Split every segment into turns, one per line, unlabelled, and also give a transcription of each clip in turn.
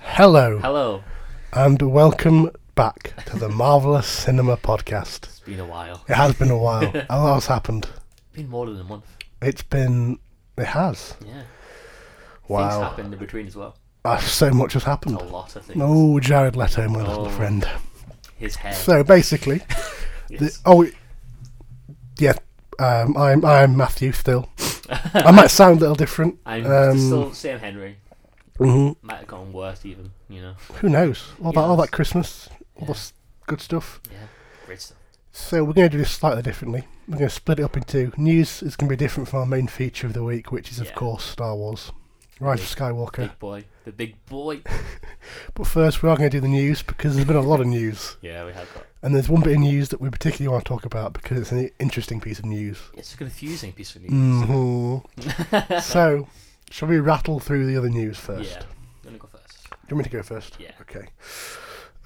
Hello,
Hello.
and welcome back to the Marvelous Cinema Podcast.
It's been a while.
It has been a while. a lot's happened.
Been more than a month.
It's been. It has.
Yeah. Things
Wow.
happened in between as well.
Ah, so much has happened.
A lot of things.
Oh, Jared Leto, my little
Oh.
friend.
His hair.
So basically, the,
yes.
oh, yeah. Um, I'm I'm Matthew still. I might sound a little different.
I'm
um,
still Sam Henry.
mhm.
Might have gone worse even, you know.
Who knows? All that all
Yes.
that Christmas, all
Yeah.
this good stuff.
Yeah. Great stuff.
So we're going to do this slightly differently. We're going to split it up into news. It's going to be different from our main feature of the week, which is of
Yeah.
course Star Wars: Rise of Skywalker.
Big boy. The big boy.
But first, we are going to do the news because there's been a lot of news,
yeah, we have got.
and there's one bit of news that we particularly want to talk about because it's an interesting piece of news.
It's a confusing piece of news.
hmm so, shall we rattle through the other news first?
Yeah. I'm gonna go first.
Do you want me to go first?
Yeah.
Okay.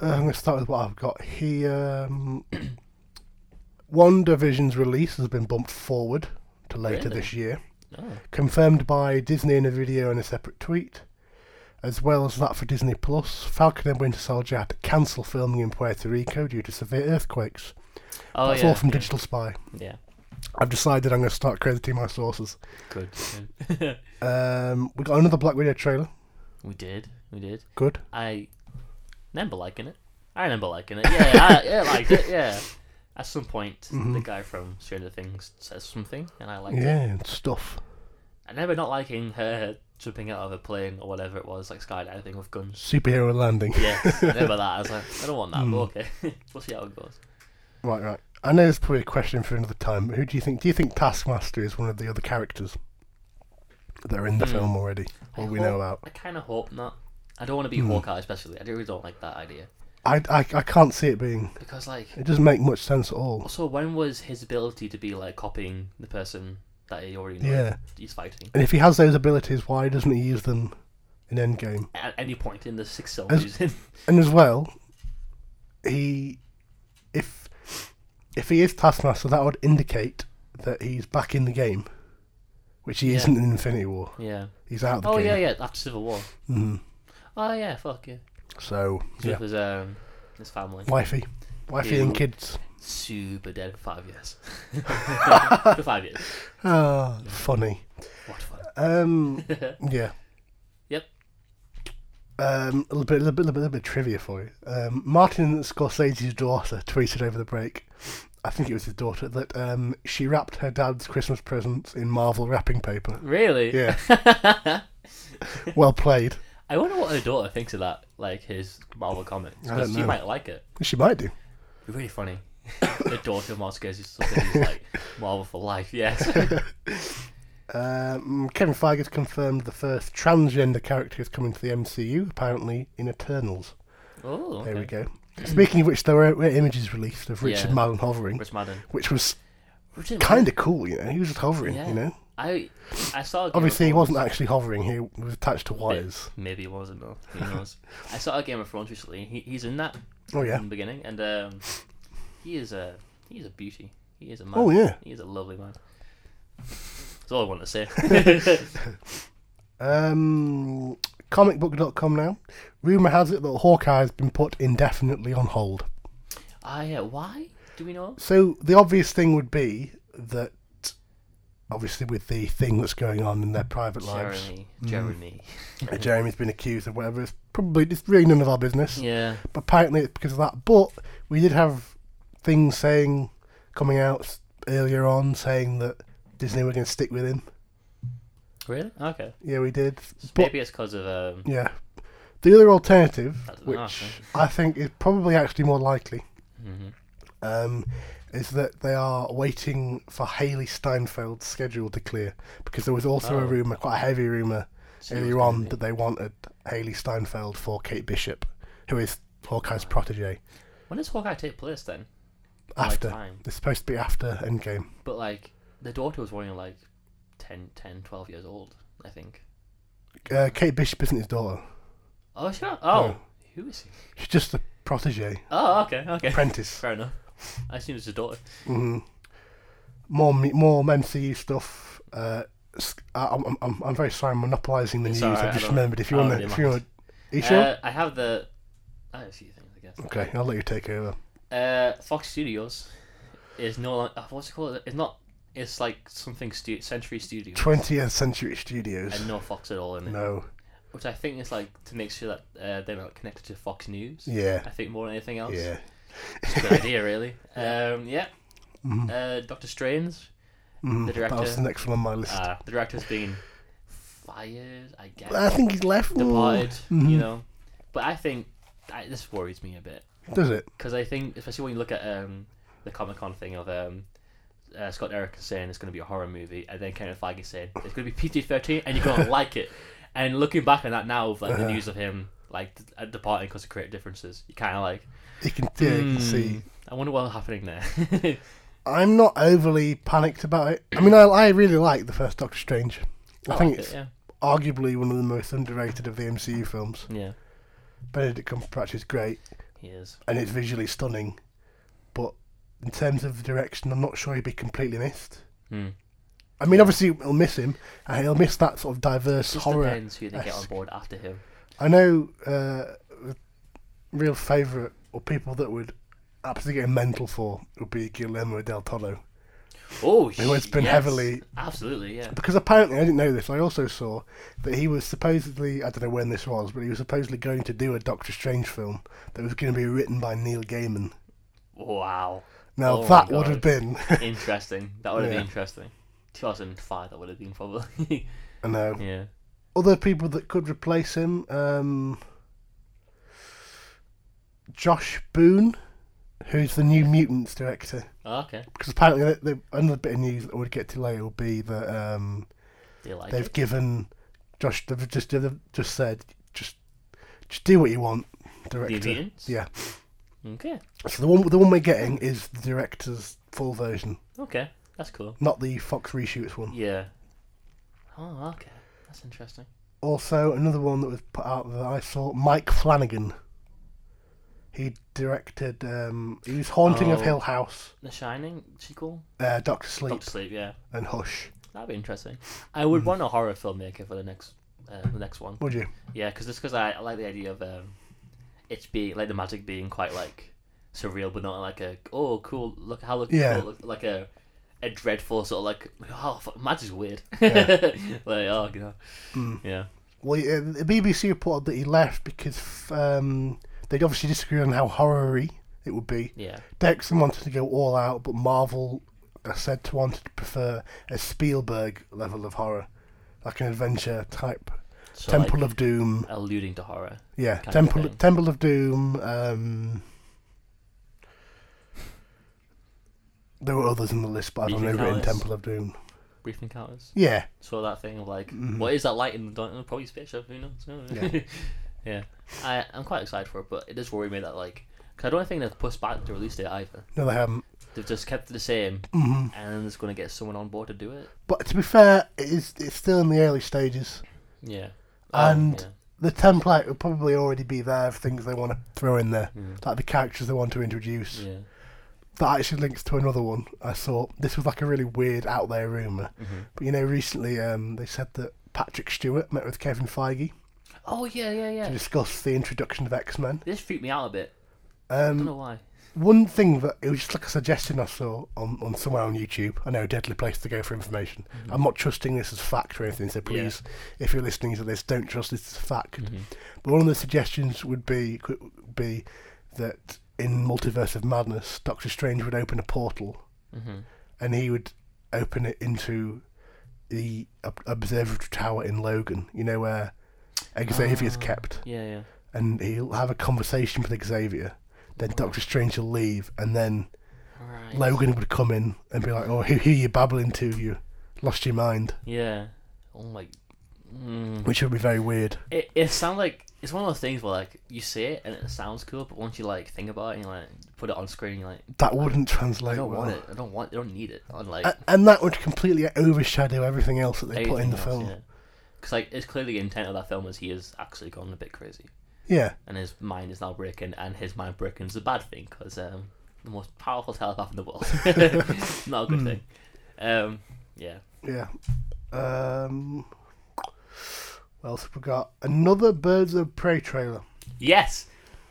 Uh, I'm going to start with what I've got here. Um, WandaVision's release has been bumped forward to later
Really?
this year,
Oh.
confirmed by Disney in a video and a separate tweet. As well as that for Disney Plus, Falcon and Winter Soldier had to cancel filming in Puerto Rico due to severe earthquakes.
Oh
That's
yeah.
all from
yeah.
Digital Spy.
Yeah.
I've decided I'm going to start crediting my sources.
Good.
Um, we got another Black Widow trailer.
we did. We did.
Good.
I remember liking it. I remember liking it. Yeah, I, yeah, I liked it. Yeah. At some point, the guy from Stranger Things says something, and I liked it.
Mm-hmm. Yeah, and stuff.
I remember not liking her jumping out of a plane or whatever it was, like skydiving with guns.
Superhero landing.
Yes, I remember that. I was like, I don't want
Mm.
that, but okay. we'll see how it goes.
Right, right. I know it's probably a question for another time, but who do you think? Do you think Taskmaster is one of the other characters that are in the
Hmm.
film already, or
I
we
hope-
know about?
I kind of hope not. I don't want to be
Mm.
Hawkeye, especially. I really don't like that idea.
I, I, I can't see it being.
Because, like,
It doesn't make much sense at all.
also, when was his ability to be, like, copying the person that he already knew
Yeah.
he's fighting?
And if he has those abilities, why doesn't he use them in Endgame?
At any point in the six films he's in.
And as well, he, if if he is Taskmaster, that would indicate that he's back in the game, which he
Yeah.
isn't in Infinity War.
Yeah.
He's out of the
Oh
game.
yeah, yeah. After Civil War.
Mhm.
Oh yeah, fuck yeah.
So
He's
yeah,
with his um his family.
wifey, wifey and
Ew.
kids.
Super dead for five years. for five years.
Ah, funny.
What fun.
Um, yeah.
Yep.
Um, a little bit, a little bit, little bit, little bit of trivia for you. Um, Martin Scorsese's daughter tweeted over the break. I think it was his daughter that um, she wrapped her dad's Christmas presents in Marvel wrapping paper.
Really?
Yeah. well played.
I wonder what her daughter thinks of that, like his Marvel comics.
I don't
'cause she
know.
might like it.
She might do.
It'd be really funny. the daughter of Moscow is something who's like Marvel for life. Yes.
Um, Kevin Feige has confirmed the first transgender character is coming to the MCU, apparently in Eternals.
oh. Okay.
There we go. Speaking of which, there were, were images released of Richard
Yeah.
Madden hovering,
Rich Madden.
which was
Rich Madden.
kind of cool, you know. He was just hovering,
Yeah.
you know.
I I saw. Game of
Obviously, he
Thrones.
wasn't actually hovering. He was attached to wires.
Maybe it wasn't though. Who knows? I saw a Game of Thrones recently. He, he's in that
Oh yeah.
in the beginning, and um, he is a he is a beauty. He is a man.
Oh, yeah.
He is a lovely man. That's all I want to say.
Um, comicbook.com now. Rumor has it that Hawkeye has been put indefinitely on hold.
Ah, yeah. Why do we know?
So the obvious thing would be that, obviously, with the thing that's going on in their private lives, Mm.
Jeremy. Jeremy.
uh, Jeremy's been accused of whatever. It's probably it's really none of our business.
yeah.
But apparently, it's because of that. But we did have things saying coming out earlier on saying that Disney were going to stick with him.
Really? Okay.
Yeah, we did.
So
But
maybe it's because of um.
yeah, the other alternative,
That's an
which
option.
I think is probably actually more likely,
mhm.
um, is that they are waiting for Haley Steinfeld's schedule to clear because there was also a
Oh.
rumor, quite a heavy rumor
See what's
earlier
gonna
on,
be.
that they wanted Haley Steinfeld for Kate Bishop, who is Hawkeye's protege.
When does Hawkeye take place then? Like
After
time.
it's supposed to be after Endgame.
But like the daughter was only like 10, 10, 12 years old, I think.
Uh, Kate Bishop isn't his daughter;
Oh sure. Oh,
No.
who is he?
she's just a protege,
Oh okay okay.
apprentice.
Fair enough. I assume it's his daughter.
hmm More me- more MCU stuff. Uh, s- I- I'm, I'm, I'm very sorry, I'm monopolising the
It's
news.
alright,
I
I
just
don't-
remembered if you
I
want
don't
to, if
really
you want you sure?
Uh, I have the. I have a few things, I guess.
okay, I'll let you take over.
Uh, Fox Studios is no longer. What's it called? It's not. It's like something stu- Century Studios,
20th Century Studios.
and no Fox at all in it.
No.
Which I think is like to make sure that uh, they're not connected to Fox News.
Yeah.
I think more than anything else. Uh,
Yeah.
It's a good idea, really. Um, yeah.
Mhm.
Uh, Doctor Strange.
Mm, That
The
was
director-
the next one on my list.
Uh, the director's been fired, I guess.
I think he's left. Mm,
departed, you
mhm.
know. But I think I, this worries me a bit
Does it?
because I think, especially when you look at um, the Comic Con thing of um, uh, Scott Derrick saying it's going to be a horror movie, and then Kevin Feige saying it's going to be PG thirteen, and you're going to like it. And looking back on that now, with like
Uh-huh.
the news of him like d- uh, departing because of creative differences, you kind of like,
You can, yeah, you can
"Hmm,
see.
I wonder what's happening there.
I'm not overly panicked about it. I mean, I, I really like the first Doctor Strange. I,
I
think
like
it's
it, yeah,
arguably one of the most underrated of the MCU films.
yeah,
Benedict Cumberbatch is great
he is.
and it's visually stunning, but in terms of direction, I'm not sure he'd be completely missed.
Hmm.
I mean, obviously, we'll miss him. and he'll miss that sort of diverse
Just
horror.
depends who they get on
esque.
board after him.
I know uh, a real favourite or people that would absolutely get mental for would be Guillermo del Toro
Oh,
Who has been
yes,
heavily-
absolutely, yeah.
because apparently I didn't know this. I also saw that he was supposedly I don't know when this was, but he was supposedly going to do a Doctor Strange film that was going to be written by Neil Gaiman.
Wow.
Now
Oh my
that would have been
God. interesting. That would have
Yeah.
been interesting. 2005, that would have been probably.
I know
yeah.
other people that could replace him. Um, Josh Boone, who's the new Mutants director.
Oh, okay.
because apparently the, the, another bit of news that we'll get to later will be that um,
Do you like
they've
it?
given Josh they've just they've just said just just do what you want,
The
director.
Obedience?
Yeah.
Okay.
So the one the one we're getting is the director's full version,
Okay. That's cool.
not the Fox reshoots one.
Yeah. Oh, okay. That's interesting.
Also, another one that was put out that I saw, Mike Flanagan. He directed. Um, he was Haunting of
Oh.
Hill House,
The Shining sequel?
uh, Doctor Sleep,
Doctor Sleep, yeah.
and Hush.
That'd be interesting. I would want a horror filmmaker for the next uh, the next one.
Would you?
Yeah, because just because I, I like the idea of um, it's being like the magic being quite like surreal, but not like a oh cool look how look
Yeah.
cool, look," like a a dreadful sort of like oh fuck, magic's weird. like oh god,
Mm.
yeah,
Well, yeah, the BBC reported that he left because um, they'd obviously disagreed on how horror-y it would be.
yeah,
Dexon wanted to go all out, but Marvel are said to want to prefer a Spielberg level of horror, like an adventure type.
so
Temple
like,
of Doom,
alluding to horror.
yeah.
kind of
Temple
thing.
Temple of Doom. Um, there were others in the list, but I don't know
Ethan
who written
Ellis.
Temple of Doom.
Brief encounters.
Yeah,
So that thing of like,
Mhm.
what is that light in the dark? Probably spaceship. Who knows?
Yeah.
Yeah, yeah. I I'm quite excited for it, but it does worry me that like, because I don't think they've pushed back the release date either.
no, they haven't.
They've just kept it the same,
hmm
and it's going to get someone on board to do it.
But to be fair, it is, it's still in the early stages.
Yeah. Um,
And- the template will probably already be there for things they want to throw in there,
yeah. Mm,
like the characters they want to introduce.
yeah.
That actually links to another one I saw. This was like a really weird, out there rumor,
Mhm.
but you know, recently um, they said that Patrick Stewart met with Kevin Feige
Oh yeah, yeah,
to
yeah.
discuss the introduction of X Men.
This freaked me out a bit. I don't
Um,
know why.
one thing that it was just like a suggestion I saw on, on somewhere on YouTube. I know a deadly place to go for information. I'm not trusting this as fact or anything, so
Mm-hmm. Yeah. Mm-hmm.
please, if you're listening to this, don't trust this as fact. But one of the suggestions would be could be that in Multiverse of Madness, Doctor Strange would open a portal,
Mm-hmm.
and he would open it into the ob- observatory tower in Logan. You know where Xavier's
Ah.
kept,
Yeah, yeah.
and he'll have a conversation with Xavier. Then Doctor Strange will leave, and then
Right.
Logan would come in and be like, "Oh, who, who you babbling to? You lost your mind,"
Yeah. Oh my. Mm.
which would be very weird.
It it sounds like it's one of those things where like you see it and it sounds cool, but once you like think about it and you, like put it on screen, you're like,
That wouldn't
I
translate
don't
well.
want it. I don't want. I don't need it. On like
A- and that would completely overshadow everything else that Uh, they put in the film.
Because like it's clearly the intent of that film is he has actually gone a bit crazy.
Yeah,
and his mind is now broken, and his mind broken is a bad thing because um, the most powerful telepath in the world, not a good
Hmm.
thing. Um, yeah,
yeah. Um, What else have we got? Another Birds of Prey trailer.
Yes.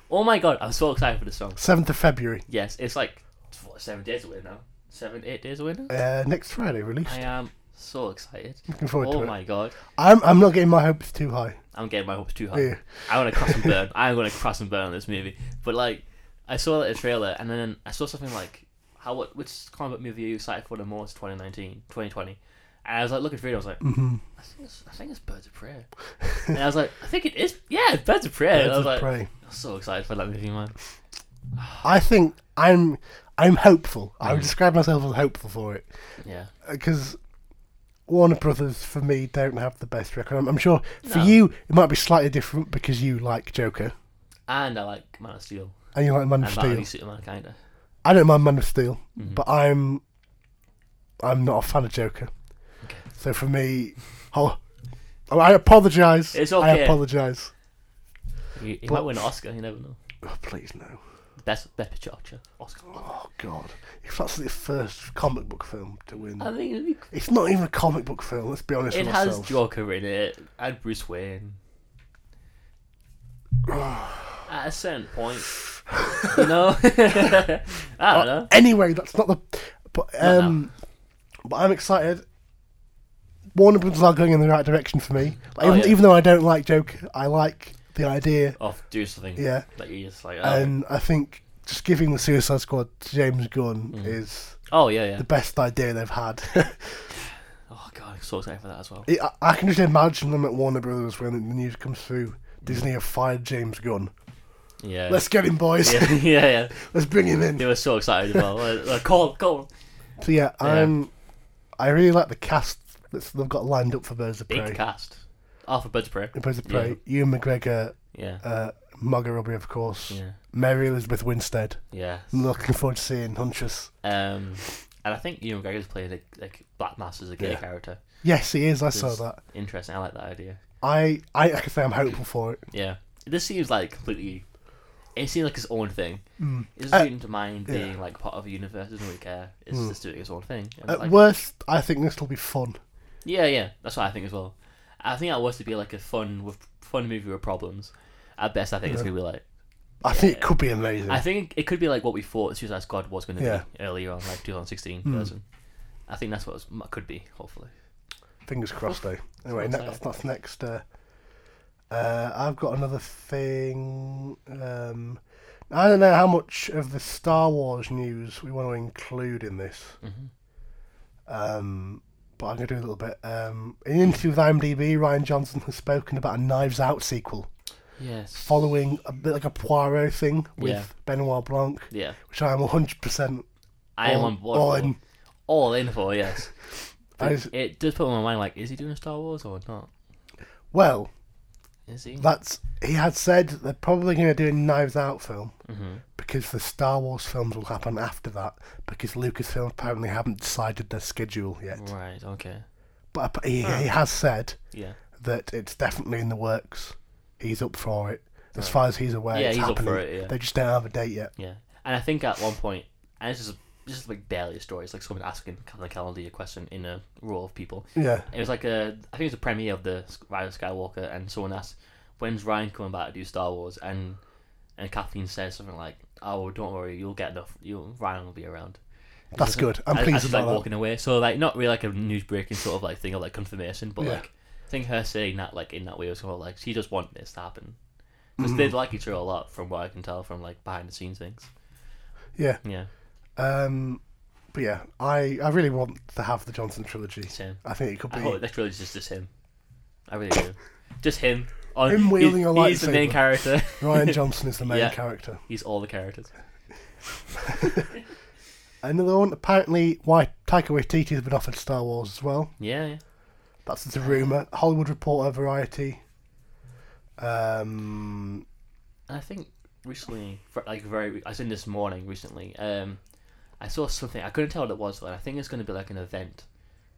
Oh my god, I'm so excited for this song.
7th of February.
Yes, it's like what, seven days away now. Seven, eight days away now.
Uh, next Friday release.
I am so excited.
Looking forward
Oh
to it.
my god,
I'm, I'm not getting my hopes too high.
I'm getting my hopes too high.
Yeah.
I want to cross and burn. I'm going to cross and burn on this movie. But like, I saw a trailer and then I saw something like, how what which comic book movie are you excited for the most? 2019, 2020. And I was like looking through it. I was like,
Mhm.
I think it's, I think it's Birds of Prey. and I was like, I think it is. Yeah, it's Birds of Prey. and I was
Birds
like,
of Prey.
I'm so excited for that movie, man.
I think I'm I'm hopeful.
Mm.
I would describe myself as hopeful for it
Yeah.
because Uh, Warner Brothers for me don't have the best record. I'm, I'm sure for
No.
you it might be slightly different because you like Joker
And I like Man of Steel.
and you like Man of
And Mm-hmm. Batman v
Steel.
Superman, kinda.
I don't mind Man of Steel, but I'm I'm not a fan of Joker.
Okay.
So for me, oh, oh, I apologise.
It's
I
okay.
apologise.
He, he
But-
might win an Oscar. You never know.
Oh, please no.
Best Best Picture Oscar. Oscar.
Oh God! If that's the first comic book film to win,
I think it'd be
it's not even a comic book film. Let's be honest
Uh, It
with
has
ourselves.
Joker in it and Bruce Wayne. At a certain point, you know, I don't know.
Anyway, that's not the. But um, but I'm excited. Warner Brothers are going in the right direction for me. Like,
Oh,
even,
yeah.
even though I don't like Joker, I like the idea,
Of do something
Yeah. Um,
that you just like. Oh,
and I think just giving the Suicide Squad to James Gunn is
oh yeah, yeah.
the best idea they've had.
Oh god, I'm so excited for that as well.
It- I, I can just imagine them at Warner Brothers when the news comes through. Disney have fired James Gunn.
Yeah,
Let's get him, boys.
yeah, yeah, yeah.
Let's bring him in.
They were so excited as well. Like, like, call, call.
So yeah, I'm. I really like the cast that's they've got lined up for Birds of
Big
Prey.
cast. Alpha Birds of Prey.
In Birds of Prey, Ewan McGregor,
Yeah,
uh, Margot Robbie, of course,
yeah,
Mary Elizabeth Winstead.
yeah.
Looking forward to seeing Huntress.
Um, and I think Ewan McGregor's played like, like Black Mass as a gay
Yeah.
character.
Yes, he is. I saw
Yes.
that.
Interesting. I like that idea.
I, I, I can say I'm hopeful for it.
Yeah. This seems like completely. It seems like its own thing.
Mm.
It
Uh,
doesn't seem to mind
yeah.
being like part of a universe. It doesn't really care. It's
Mm.
just doing its own thing. And,
At
like-
worst, I think this will be fun.
yeah, yeah. That's what I think as well. I think I was to be like a fun with fun movie with problems. At best, I think it's gonna be like.
I think it
Yeah.
could be amazing.
I think it could be like what we thought Suicide Squad was gonna
Yeah.
be earlier on, like 2016
Mm.
version. I think that's what it was- could be. Hopefully.
Fingers crossed, though. Anyway,
That's
ne-
nice.
that's next. Uh, uh, I've got another thing. Um, I don't know how much of the Star Wars news we want to include in this,
Mhm.
um, but I'm going to do a little bit. Um, in an interview with IMDb, Ryan Johnson has spoken about a Knives Out sequel
Yes.
following a bit like a Poirot thing with
Yeah.
Benoit Blanc,
Yeah.
which I'm 100%
I am
all-
on board.
all
for-
in.
all in for yes.
I
But
was-
it does put in my mind like, is he doing Star Wars or not?
Well,
Is he?
that's he had said they're probably going to do a Knives Out film.
hmm
because the Star Wars films will happen after that because Lucasfilm apparently haven't decided their schedule yet.
Right. Okay.
But ap- he, he has said
Yeah.
that it's definitely in the works. He's up for it. As far as he's aware,
Yeah,
it's
he's up
happening.
for it, yeah.
They just don't have a date yet.
Yeah. And I think at one point, and it's just this is like barely a story. It's like someone asking Captain Kennedy a question in a row of people.
Yeah.
It was like a, I think it was a premiere of the S- Rise of Skywalker, and someone asked, "When's Ryan coming back to do Star Wars?" And and Kathleen says something like, "Oh, don't worry, you'll get enough. You'll Ryan will be around."
That's good. I'm
I- I
pleased
just,
about
like
that.
walking away. So like not really like a news breaking sort of like thing or like confirmation, but
Yeah.
like I think her saying that like in that way was sort of like she just wanted this to happen because
Mm-hmm.
they like each other a lot from what I can tell from like behind the scenes things.
Yeah.
Yeah,
Um, but yeah, I, I really want to have the Johnson trilogy.
same.
I think it could
I hope
be.
that trilogy is just him. I really do. just him. On,
Him wielding
he's,
a
He's the main
lightsaber.
character.
Ryan Johnson is the main
Yeah.
character.
he's all the characters.
Another one, apparently, why Taika Waititi has been offered Star Wars as well.
Yeah. yeah.
That's the rumor. Hollywood Reporter, Variety. Um,
I think recently, fr- like very, I seen this morning recently. Um, I saw something. I couldn't tell what it was, but I think it's going to be like an event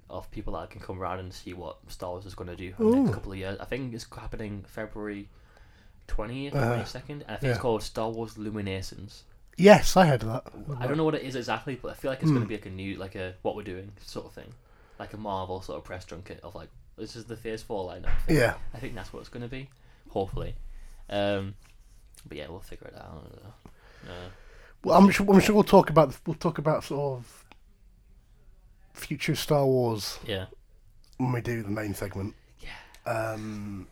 of people that can come around and see what Star Wars is going to do in the
Ooh.
next couple of years. I think it's happening February twentieth,
Uh-huh.
twenty second, and I think it's
Yeah.
called Star Wars Luminations.
yes, I heard of that.
I don't know what it is exactly,
Hmm.
but I feel like it's going to be like a new, like a what we're doing sort of thing, like a Marvel sort of press junket of like This is the Phase Four lineup. for it.
Yeah.
I think that's what it's going to be. Hopefully, um, but yeah, we'll figure it out. I don't know. Uh,
Well, I'm sure, I'm sure we'll talk about we'll talk about sort of future Star Wars
yeah,
when we do the main segment.
yeah.
Um,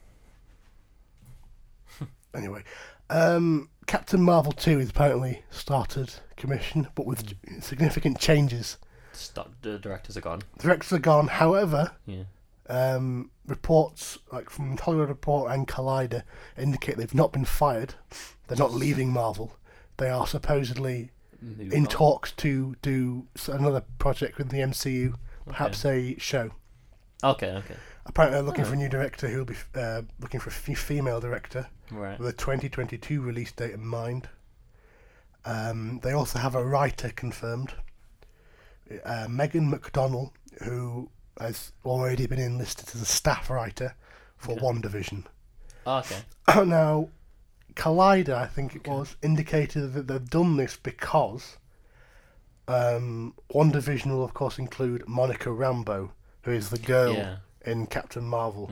anyway, um, Captain Marvel two is apparently started commission, but with significant changes.
Stop, the directors are gone.
Directors are gone. However,
Yeah,
um, reports like from Hollywood Report and Collider indicate they've not been fired. They're not leaving Marvel. They are supposedly
Moved
in
on.
talks to do s- another project with the MCU, perhaps a show.
Okay, okay,
Apparently, they're looking for a new director who'll be uh, looking for a f- female director
right.
with a 2022 release date in mind. Um, they also have a writer confirmed, uh, Megan McDonnell, who has already been enlisted as a staff writer for One Division.
Oh, okay,
now, Collider, I think it was, indicated that they've done this because um, One Division will, of course, include Monica Rambo, who is the girl
Yeah.
in Captain Marvel.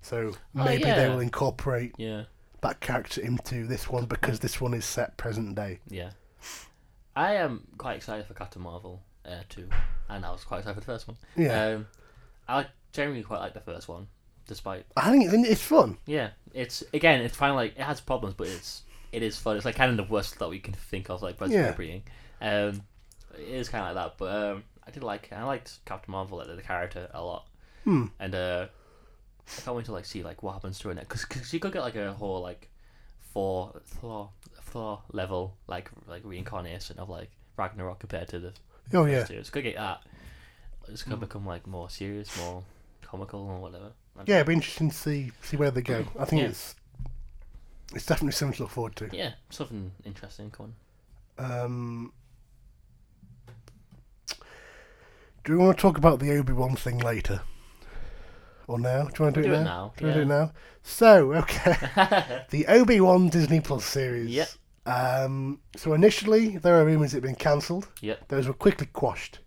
So
Oh,
maybe they
yeah.
will incorporate
yeah.
that character into this one because this one is set present day.
Yeah. I am quite excited for Captain Marvel uh, 2, and I was quite excited for the first one.
Yeah.
Um, I generally quite like the first one, despite.
I think it's it's fun.
Yeah, it's again, it's kind of like it has problems, but it's it is fun. It's like kind of the worst that we can think of, like
Yeah.
breeding. Um, it is kind of like that, but um, I did like I liked Captain Marvel, like, the character, a lot,
Hmm.
and uh, I can't wait to like see like what happens to her next because she could get like a whole like four floor floor level like like reincarnation of like Ragnarok compared to the
Oh
yeah.
yeah, Hmm.
two. It's gonna get that. It's gonna become like more serious, more comical or whatever. And-
yeah. It'd be interesting to see see where they go. I think
Yeah.
it's it's definitely something to look forward to.
yeah, something interesting. Come on.
Um, do we want to talk about the Obi Wan thing later, or now? Do you want to do,
We'll
it
do
now?
it now,
Do you want to do
yeah.
it now? So okay. the Obi Wan Disney Plus series.
Yep.
Um, so initially, there were rumours it had been cancelled.
Yep.
Those were quickly quashed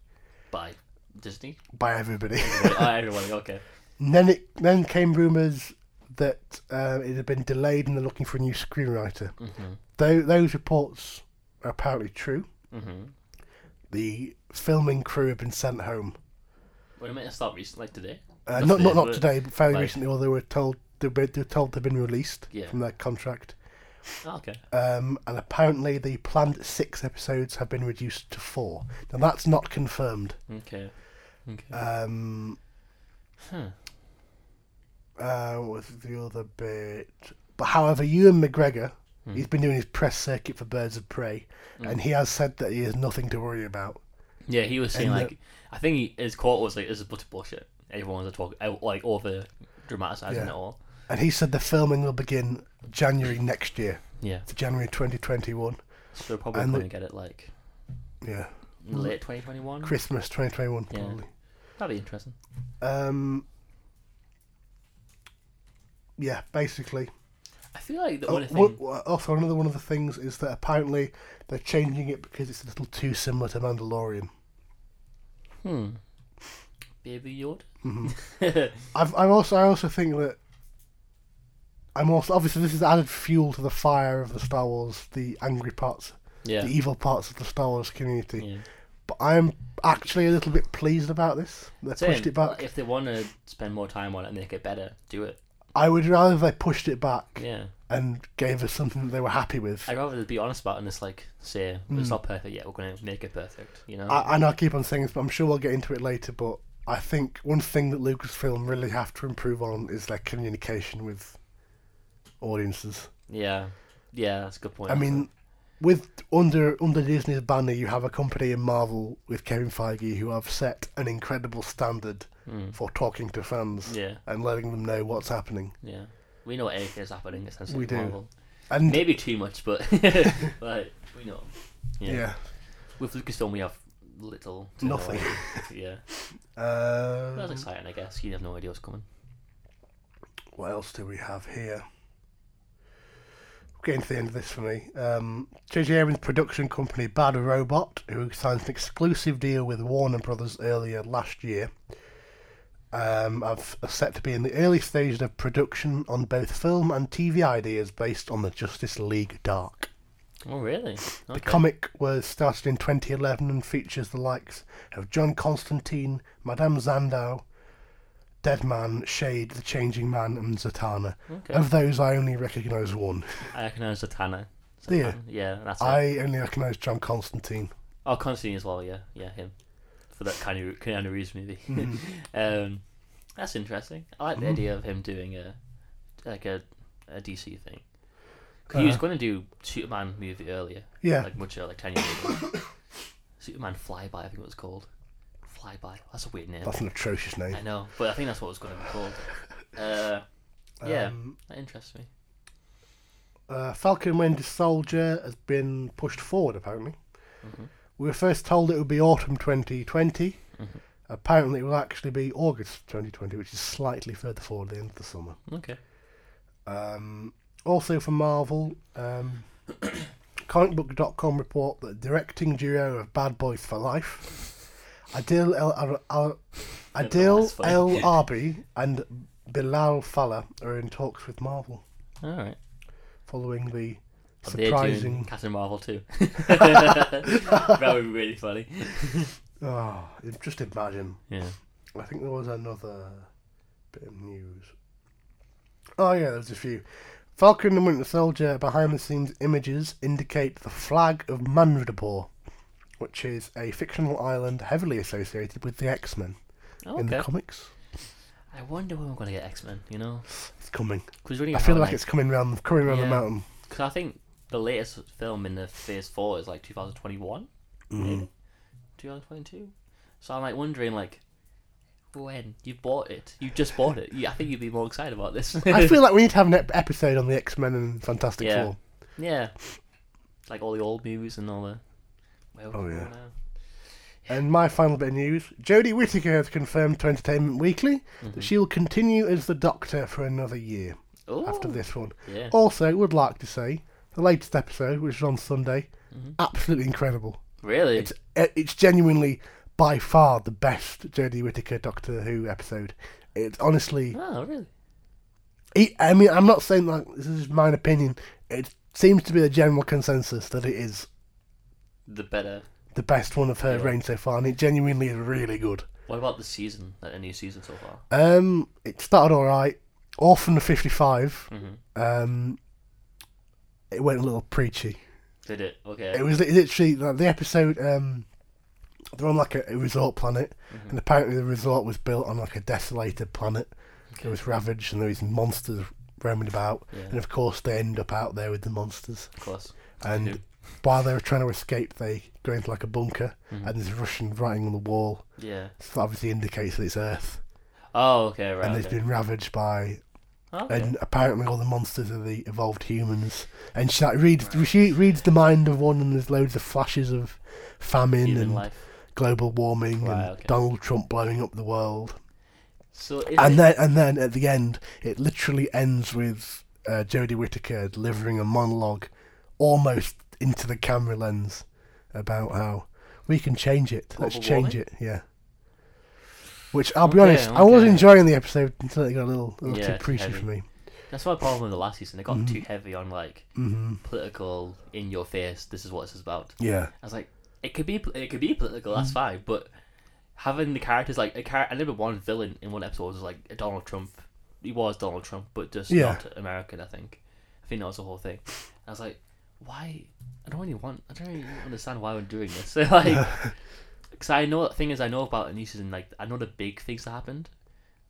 By Disney.
by everybody.
oh, everyone. Okay.
And then it then came rumours that uh, it had been delayed and they're looking for a new screenwriter.
Mhm.
Tho- those reports are apparently true.
Mhm.
The filming crew have been sent home.
What am I meant to start recently? Like today.
Uh,
That's
not not
it,
not
but-
today, but fairly
like-
recently, or they were told they were, they were told they've been released
Yeah.
from their contract.
Oh, okay.
Um, and apparently, the planned six episodes have been reduced to four. Now that's not confirmed.
Okay. Okay.
Um,
huh.
uh, what's the other bit? But however, Ewan McGregor, he's been doing his press circuit for Birds of Prey, and he has said that he has nothing to worry about.
Yeah, he was saying
And the-
like, I think he, his quote was like, "This is butter bullshit." Everyone's a talk, like over dramatising
Yeah.
it all.
And he said the filming will begin January next year,
Yeah.
so January 2021.
So they're probably
And
going
the-
to get it like
Yeah,
late 2021.
Christmas 2021
Hmm. Yeah.
probably.
That'd be interesting.
Um, yeah, basically.
I feel like the
Oh,
only thing.
wha- wha- also, another one of the things is that apparently they're changing it because it's a little too similar to Mandalorian.
Hmm. Baby Yoda.
Mm-hmm. I've, I also I also think that I'm also obviously this has added fuel to the fire of the Star Wars, the angry parts,
yeah.
the evil parts of the Star Wars community.
yeah.
But I'm actually a little bit pleased about this. They
Same.
pushed it back.
If they want to spend more time on it and make it better, do it.
I would rather they pushed it back
Yeah.
and gave us something that they were happy with.
I'd rather be honest about it and just like say it's not perfect yet. We're gonna make it perfect. You know.
Hmm. I, I know I keep on saying this, but I'm sure we'll get into it later. But I think one thing that Lucasfilm really have to improve on is their communication with audiences.
yeah. Yeah, that's a good point.
I mean, with under under Disney's banner, you have a company in Marvel with Kevin Feige who have set an incredible standard for talking to fans
Hmm. Yeah.
and letting them know what's happening.
Yeah. We know everything is happening. Essentially,
We
at
do.
Marvel.
And
Maybe too much, but like we know. Yeah.
yeah,
With Lucasfilm, we have little. to
Nothing.
no- yeah.
Uh,
That's exciting, I guess. You have no idea what's coming.
what else do we have here? We're Getting to the end of this for me. Um, J.J. Abrams' production company Bad Robot, who signed an exclusive deal with Warner Brothers earlier last year, Um, I've are set to be in the early stages of production on both film and TV ideas based on the Justice League Dark.
Oh, really?
The
Okay.
comic was started in 2011 and features the likes of John Constantine, Madame Zandau, Deadman, Shade, The Changing Man, and Zatanna.
Okay.
Of those, I only recognise one.
I recognise Zatanna.
Do you?
Zatanna. Yeah, that's it.
I only recognise John Constantine.
Oh, Constantine as well. Yeah, yeah, him for that kind of Keanu Reeves movie.
Hmm.
um, that's interesting. I like the idea of him doing a like a, a DC thing. 'Cause he was
Uh-huh.
going to do Superman movie earlier,
Yeah,
like much earlier, like ten years ago. Superman Flyby, I think it was called. Flyby. That's a weird name.
that's an atrocious name.
I know, but I think that's what it was going to be called. Uh, yeah,
Um,
that interests me.
uh, Falcon and Winter Soldier has been pushed forward, apparently.
Mhm.
We were first told it would be autumn 2020.
Mhm.
Apparently, it will actually be August 2020, which is slightly further forward than the end of the summer.
Okay.
Um, also for Marvel, um, comicbook.com report that directing duo of Bad Boys for Life, Adil El, Ar- Ar-
don't know why that's
Adil
funny.
El Arbi and Bilal Falla are in talks with Marvel
All right.
following the
But they're doing
surprising.
Captain Marvel too. that would be really funny.
Oh, just imagine.
Yeah.
I think there was another bit of news. Oh yeah, there's a few. Falcon and Winter Soldier behind the scenes images indicate the flag of Mandrapore, which is a fictional island heavily associated with the X Men
Oh, Okay.
in the comics.
I wonder when we're going to get X Men, you know?
It's coming.
Because really
I feel like it's coming round coming round
Yeah.
the mountain.
Because I think the latest film in the Phase 4 is like 2021,
Mm.
maybe? 2022? So I'm like wondering, like, when? You bought it. You just bought it. Yeah, I think you'd be more excited about this.
I feel like we need to have an ep- episode on the X Men and Fantastic
Yeah.
Four.
yeah. Like all the old movies and all the. Where
Oh,
we
yeah.
go now.
And my final bit of news: Jodie Whittaker has confirmed to Entertainment Weekly
Mm-hmm.
that she will continue as the Doctor for another year
Ooh,
after Oh, this one.
Yeah.
Also, would like to say the latest episode, which is on Sunday,
Mm-hmm.
absolutely incredible.
Really?
It's eh, it's genuinely by far the best Jodie Whittaker Doctor Who episode. It's honestly,
Oh, really?
e- I mean, I'm not saying like this is my opinion. It seems to be the general consensus that it is
The better.
the best one of her
Yeah.
reign so far, and it genuinely is really good.
What about the season? Like, a new season so far?
Um, it started all right. Orphan of 55.
Mm-hmm.
Um, it went a little preachy.
Did it? Okay.
It was li- literally like, the episode. Um, they're on like a, a resort planet,
Mm-hmm.
and apparently the resort was built on like a desolated planet. It was ravaged, and there was monsters roaming about.
Yeah.
And of course, they end up out there with the monsters.
Of course.
And
do.
while they were trying to escape, they go into like a bunker,
Mm-hmm.
and there's Russian writing on the wall.
Yeah.
So that obviously indicates that it's Earth,
Oh, okay, right.
and
okay.
they've been ravaged by.
Okay.
And apparently, all the monsters are the evolved humans. And she like, reads she reads the mind of one, and there's loads of flashes of famine
human
and
life.
global warming
Right,
and
okay.
Donald Trump blowing up the world.
So is
and
it,
then and then at the end, it literally ends with uh, Jodie Whittaker delivering a monologue almost into the camera lens about how we can change it. Let's
Global
change
warming?
it. Yeah. Which I'll be
Okay,
honest, I was
okay.
enjoying the episode until it got a little, a little
Yeah,
too preachy
heavy.
for me.
that's my problem with the last season. It got
Mhm.
too heavy on like
hmm
political, in your face. This is what this is about.
Yeah.
I was like, it could be, pol- it could be political.
Mm-hmm.
That's fine, but having the characters like a char- I remember one villain in one episode was like a Donald Trump. He was Donald Trump, but just
Yeah.
not American. I think. I think that was the whole thing. I was like, why? I don't really want. I don't really understand why we're doing this. So like, because I know the thing is, I know about the new season. Like, I know the big things that happened.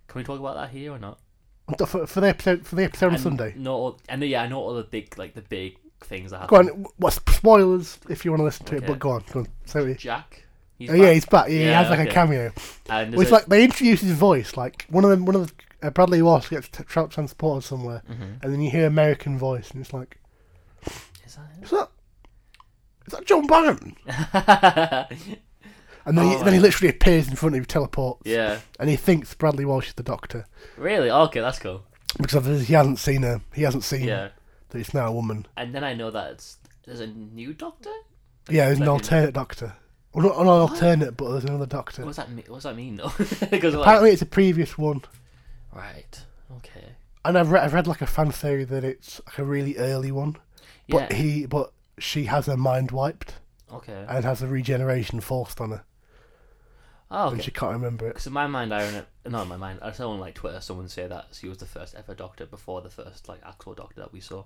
Can we talk about that here or not?
For, for the episode for the episode on
And
Sunday.
No, all- and yeah, I know all the big like the big things that
Go
happened.
on. What's spoilers if you want to listen to it?
Okay.
But go on. Go on. So he,
Jack. He's
oh, yeah,
back,
he's back. Yeah, he
Yeah,
has like
okay.
a cameo.
and
Well,
there's
it's like they introduce his voice. Like one of them, one of the, uh, Bradley Walsh gets t- tra- transported somewhere,
a- Mhm.
and then you hear American voice, and it's like,
Is that it?
is that is that John Bannon? And then,
Oh,
he, then he
right.
literally appears in front of you, teleports,
yeah.
and he thinks Bradley Walsh is the Doctor
Really? Okay, that's cool.
because obviously he hasn't seen her. He hasn't seen
Yeah.
that it's now a woman.
And then I know that it's, there's a new doctor?
Yeah, there's an
Like,
alternate Doctor, Well, not an alternate, but there's another Doctor.
What's that? me- What's that mean though? Because like,
Apparently, it's a previous one,
right, okay,
and I've read, I've read like a fan theory that it's like a really early one.
yeah,
But he, but she has her mind wiped
okay.
and has a regeneration forced on her,
Oh,
and
okay.
she can't remember it.
Because in my mind, I remember, no, in my mind, I saw on like Twitter someone say that she was the first ever Doctor before the first like actual Doctor that we saw.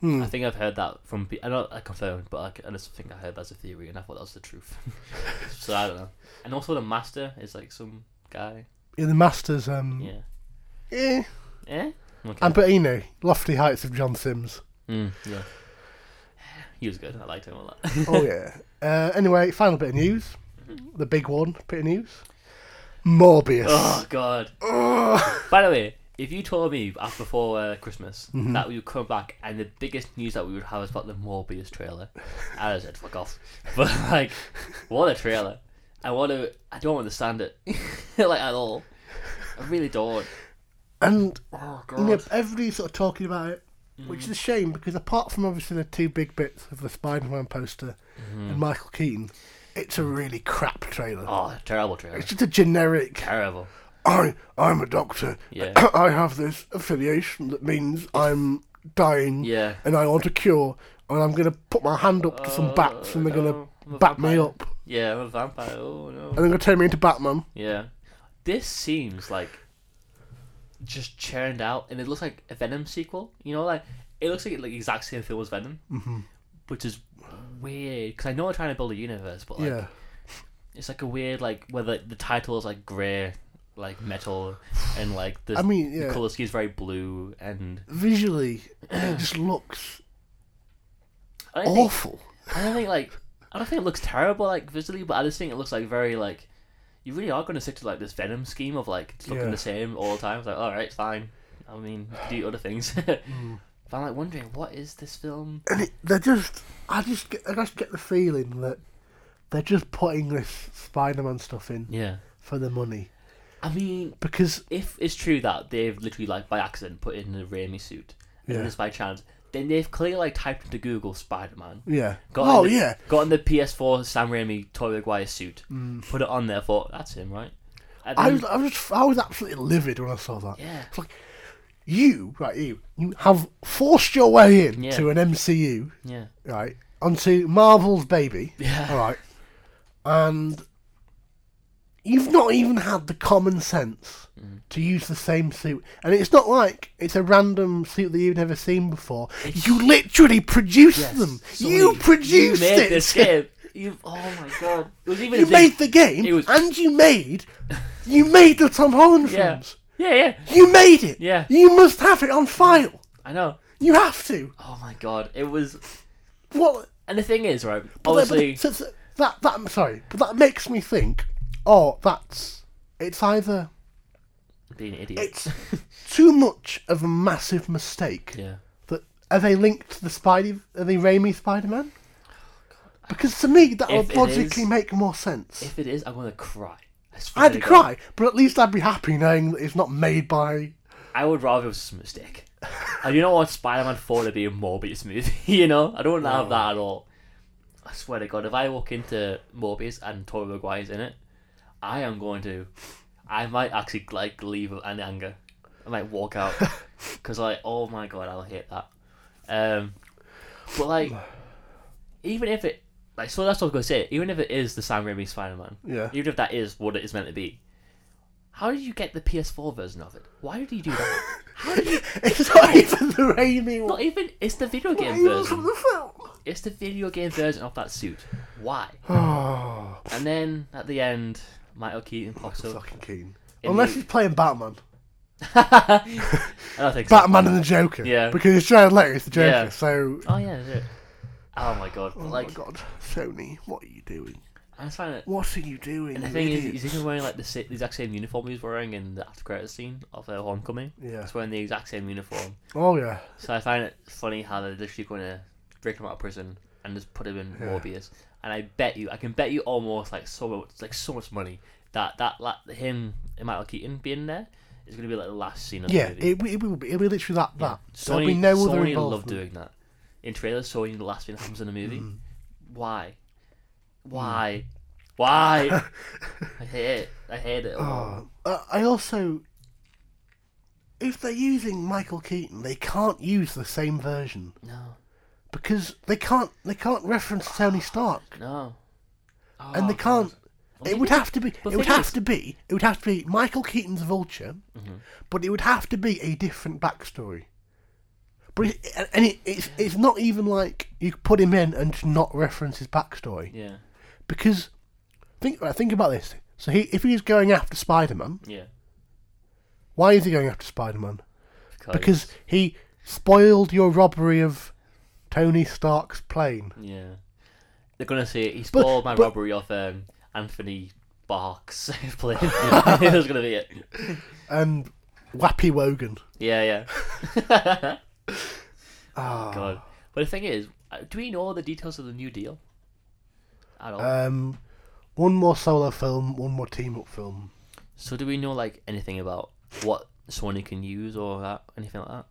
Hmm.
I think I've heard that from pe- I not I confirmed, but like, I just think I heard that as a theory, and I thought that was the truth. so I don't know. And also, the Master is like some guy.
Yeah, the Masters, um,
Yeah.
eh,
Eh. Okay.
and but you know, lofty heights of John Sims.
Mm, yeah. He was good. I liked him a lot. Is
oh yeah. Uh, anyway, final bit of news,
Mm-hmm.
the big one, bit of news. Morbius.
oh God.
Ugh.
By the way, if you told me af- before uh, Christmas
Mm-hmm.
that we would come back and the biggest news that we would have is about the Morbius trailer, I would have said fuck off. But like, what a trailer! I want to. I don't understand it, like at all. I really don't.
And
Oh
you know,
god.
everybody's sort of talking about it, which
Mm-hmm.
is a shame because apart from obviously the two big bits of the Spider-Man poster and Michael Keaton, it's a really crap trailer.
Mm-hmm. Oh, terrible trailer.
It's just a generic.
Terrible.
I I'm a doctor.
Yeah.
I have this affiliation that means I'm dying.
Yeah.
And I want a cure, and I'm gonna put my hand up to some bats, and they're gonna
no, Oh, I'm a
bat me
vampire.
up,
Yeah, I'm a vampire. Oh no.
and they're gonna turn me into Batman.
Yeah. This seems like just churned out, and it looks like a Venom sequel. You know, like it looks like like exact same film as Venom,
Mm-hmm.
which is weird because I know they're trying to build a universe, but like
yeah.
it's like a weird like where the, the title is like grey, like metal, and like the,
I mean, yeah.
the color scheme is very blue, and
Visually, it just looks
I don't, think,
awful.
I don't think like I don't think it looks terrible like visually, but I just think it looks like very like. You really are going to stick to like this Venom scheme of like it's looking
Yeah.
the same all the time. It's like, all right, fine. I mean, do other things.
Mm.
But I'm like wondering what is this film?
And it, they're just, I just, get, I just get the feeling that they're just putting this Spider-Man stuff in
Yeah.
for the money
I mean,
because
if it's true that they've literally like by accident put in a Raimi suit, and
Yeah.
just by chance, then they've clearly like typed into Google Spider Man.
yeah.
Got
oh
in the,
yeah.
Got in the PS4 Sam Raimi Tobey Maguire suit, put it on there. Thought that's him, right? And
Mm. I
then-
was, I was, just, I was absolutely livid when I saw that.
yeah,
It's like you, right? You, you have forced your way in
Yeah.
to an MCU,
yeah,
right? Onto Marvel's baby,
yeah,
all right, and you've not even had the common sense
Mm.
to use the same suit. And it's not like it's a random suit that you've never seen before. you literally produced
Yes.
them.
Sorry,
you produced
you made
it.
this game. You, oh my god, it was even
You
a thing-
made the game,
It was-
and you made you made the Tom Holland
Yeah.
films.
yeah, yeah.
You made it.
Yeah.
You must have it on file.
I know.
You have to.
Oh my god, it was.
What?
And the thing is, right?
but that- but
Obviously,
so- so- that that I'm sorry, but that makes me think. Oh, that's it's either
being an idiot.
it's too much of a massive mistake.
Yeah.
That are they linked to the Spidey? Are they Raimi Spider-Man? Because to me, that
If
would
it
logically
is-
make more sense.
If it is, I'm gonna cry. I swear to
I'd
God.
cry, but at least I'd be happy knowing that it's not made by.
I would rather it was just a mistake. I do not want Spider-Man Four to be a Morbius movie. You know, I don't want to have that at all. I swear to God, if I walk into Morbius and Tobey Maguire's in it, I am going to. I might actually like leave an anger. I might walk out because like, oh my God, I'll hate that. Um, but like, even if it like, so that's what I was gonna say. Even if it is the Sam Raimi Spider-Man,
Yeah.
even if that is what it is meant to be, how did you get the PS4 version of it? Why did you do that?
it's not even the Raimi one.
Not even it's the video
Not
game
even from
version.
the film.
It's the video game version of that suit. Why?
Oh.
And then at the end, Michael Keaton pops up.
fucking keen.
In
Oh, Unless
the-
he's playing Batman.
I don't think so.
Batman and the Joker.
Yeah.
Because it's Jared Leto, it's the Joker.
Yeah.
So,
Oh yeah. yeah. Oh my god! But
oh
like,
my god, Sony, what are you doing?
I'm trying to.
What are you doing?
And the
you
thing is,
idiots?
he's even wearing like the, sa- the exact same uniform he was wearing in the after credit scene of uh, Homecoming.
Yeah.
He's wearing the exact same uniform.
Oh yeah.
So I find it funny how they're literally going to break him out of prison and just put him in
Yeah.
Morbius. And I bet you, I can bet you almost like so much, like so much money that that like him and Michael Keaton being there is going to be like the last scene of
Yeah.
the movie.
It, it will be. It will be literally that. That. There'll
Sony,
be no other
Sony love
involvement. Mm.
doing that. In trailers, Sony the last thing that happens in a movie. Why? Why? Why? I hate it. I hate it. a lot.
Oh, uh, I also, if they're using Michael Keaton, they can't use the same version
No,
because they can't they can't reference Tony Stark,
no. Oh,
and they
God.
can't.
Well,
It would
they-
have to be.
Well,
It would
thing
have
is-
to be. It would have to be Michael Keaton's Vulture,
Mm-hmm.
but it would have to be a different backstory. But it, and it, it's it's not even like you could put him in and just not reference his backstory
Yeah,
because think right, think about this. So he if he's going after Spider Man,
yeah.
why is he going after Spider Man? because he spoiled your robbery of Tony Stark's plane.
yeah, they're gonna say he
But-
spoiled my
but-
robbery of um, Anthony Bark's plane. That's gonna be it.
And Wappy Wogan.
Yeah, yeah.
Ah.
God. But the thing is, uh, do we know all the details of the New Deal? At all?
Um, one more solo film, one more team up film.
so do we know like anything about what Sony can use or that anything like that?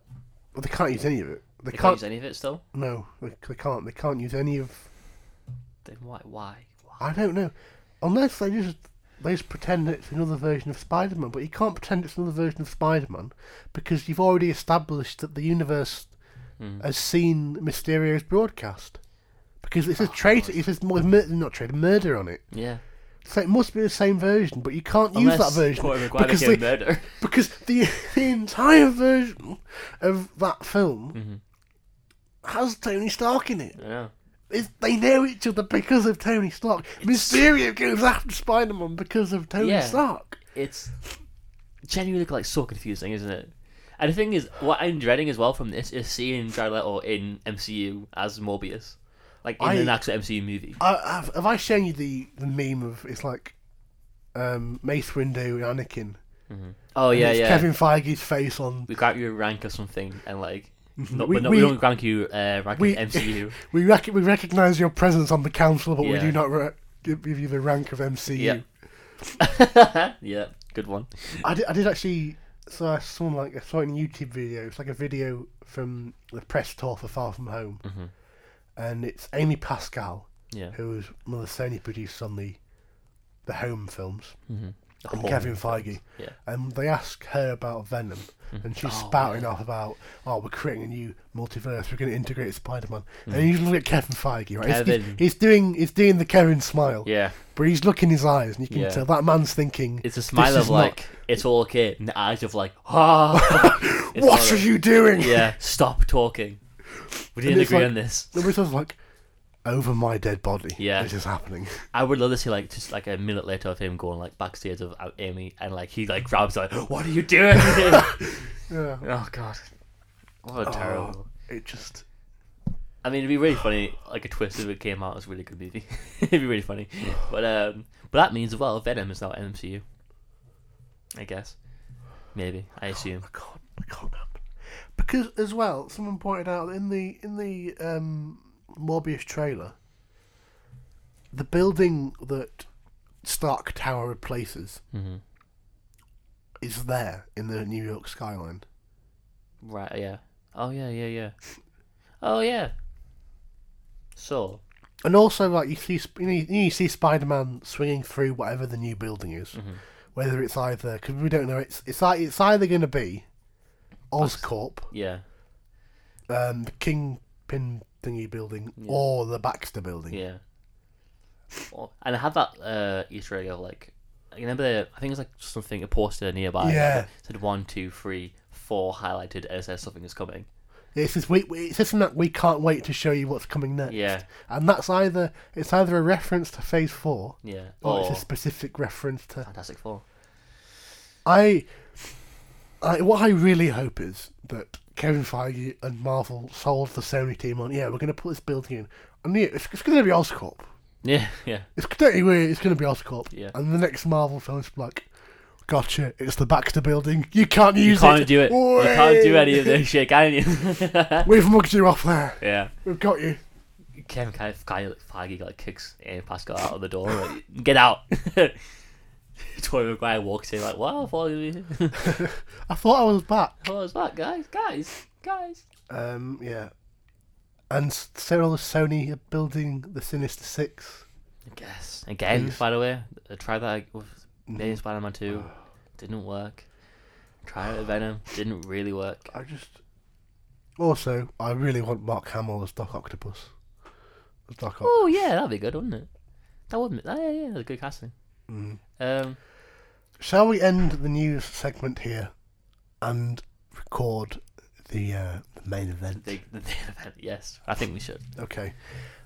But they can't use any of it. They,
They can't,
can't.
use any of it still.
No, they, they can't. They can't use any of.
Then why? Why? Why?
I don't know, unless they just they just pretend it's another version of Spider-Man. But you can't pretend it's another version of Spider-Man because you've already established that the universe
Hmm.
has seen Mysterio's broadcast because it
Ah,
says traitor. It says mur- mur- not traitor, murder on it.
Yeah.
So it must be the same version, but you can't use that
Unless Corey
version
Maguire
because
became
the,
murder.
because the the entire version of that film
Mm-hmm.
has Tony Stark in it.
I know.
It's, they know each other because of Tony Stark. Mysterio goes after Spider Man because of Tony
Yeah.
Stark.
It's genuinely like so confusing, isn't it? And the thing is, what I'm dreading as well from this is seeing Jared Leto in MCU as Morbius, like in
I-
an actual MCU movie.
I, have, have I shown you the, the meme of it's like um, Mace Windu and Anakin?
Oh yeah,
it's
yeah.
Kevin Feige's face on.
we grant you a rank or something, and like, no,
We-
but no,
we-
we don't grant you uh, rank
We-
in MCU.
We rec- we recognize your presence on the council, but we
Yeah.
do not re- give give you the rank of MCU.
yeah, yeah, good one.
I did, I did actually. So I saw like I saw it in a YouTube video. It's like a video from the press tour for Far From Home, and it's Amy Pascal,
Mm-hmm. Yeah,
who was one of the Sony producers on the the Home films,
The
and
whole-
Kevin Feige.
Mm-hmm. Yeah. Mm-hmm.
And they ask her about Venom, and she's spouting off about, "Oh, we're creating a new multiverse. We're going to integrate Spider-Man." And you look at Kevin Feige, right? He's-
Mm-hmm. Kevin.
He's, he's doing he's doing the Kevin smile,
yeah.
but he's looking his eyes, and you can
Yeah.
tell that man's thinking,
It's a
is
smile of
not-
like it's all okay, and the eyes of like ah. It's
"What
all
are
like,
you doing?"
Yeah, stop talking. We didn't
And it's
agree
like-
on this.
The was like, over my dead body.
Yeah.
This is happening.
I would love to see like just like a minute later of him going like backstage of uh, Amy, and like he like grabs her, like, "What are you doing?" oh
Yeah.
god, what a terrible.
It just.
I mean, it'd be really funny, like a twist if it came out as a really good movie. it'd be really funny. But um, but that means as well, Venom is now at MCU. I guess, maybe I assume.
I can't. I can't. help it. Because as well, someone pointed out in the in the um, Morbius trailer, the building that Stark Tower replaces
Mhm.
is there in the New York skyline.
Right? Yeah. Oh yeah, yeah, yeah. Oh yeah. So
And also, like you see, Sp- you, know, you see Spider-Man swinging through whatever the new building is,
Mm-hmm.
whether it's either because we don't know it's it's like it's either going to be Oscorp,
yeah,
um, the Kingpin thingy building, or the Baxter building.
yeah. Well, And I had that uh, Easter egg of like, I remember I think it was like something a poster nearby.
Yeah.
It said one, two, three, four highlighted, and it says something is coming.
It's this we it's this and that we can't wait to show you what's coming next.
Yeah.
and that's either it's either a reference to Phase Four,
Yeah.
or Oh, it's
Or
a specific reference to
Fantastic Four.
I, I what I really hope is that Kevin Feige and Marvel sold the Sony team on. Yeah, we're going to put this building in, and yeah, it's, it's going to be Oscorp.
Yeah, yeah.
It's totally weird. It's going to be Oscorp.
Yeah.
And the next Marvel film is like, gotcha. It's the Baxter Building. You can't
You
use
can't
it.
do it. You can't do any of this shit, can you?
We've mugged you off there.
yeah.
We've got you.
Kevin Kyle, Kyle Feige like kicks Amy Pascal out of the door. Like, Get out. Tory Maguire walks in like, "Wow, follow me."
I thought I was back.
what was that, guys? Guys, guys.
Um, yeah. And so all the Sony are building the Sinister Six.
I guess. Again,
Please.
by the way, I tried that with Amazing
Mhm.
Spider-Man 2. Didn't work. Tried it with Venom. Didn't really work.
I just. Also, I really want Mark Hamill as Doc Octopus. As Doc Ock.
Oh, yeah, that'd be good, wouldn't it? That would be... Yeah, yeah, yeah, that's good casting.
Mm.
Um,
Shall we end the news segment here and record the, uh, the main event?
the, the, the event, yes. I think we should.
Okay.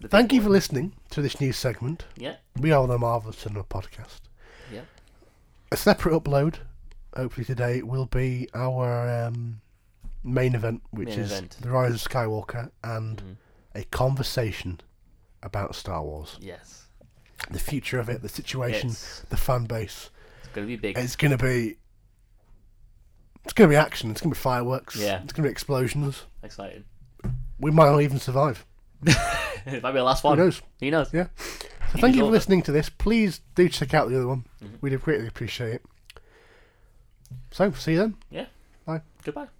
The
Thank
big
you for listening to this news segment.
one. Yeah,
We are the Marvel Cinema Podcast.
Yep.
A separate upload, hopefully today, will be our um, main event, which
Main
is
event.
The Rise of Skywalker and
Mhm.
a conversation about Star Wars.
yes.
The future of it, the situation,
It's,
the fan base.
it's going to be big.
It's going to be. It's going to be action. It's going to be fireworks.
Yeah.
It's going to be explosions.
Exciting.
We might not even survive.
it might be the last
Who
one.
knows?
Who knows?
Yeah. So thank you for
over.
listening to this. Please do check out the other one.
Mhm.
We'd greatly appreciate it. So, see you then.
Goodbye.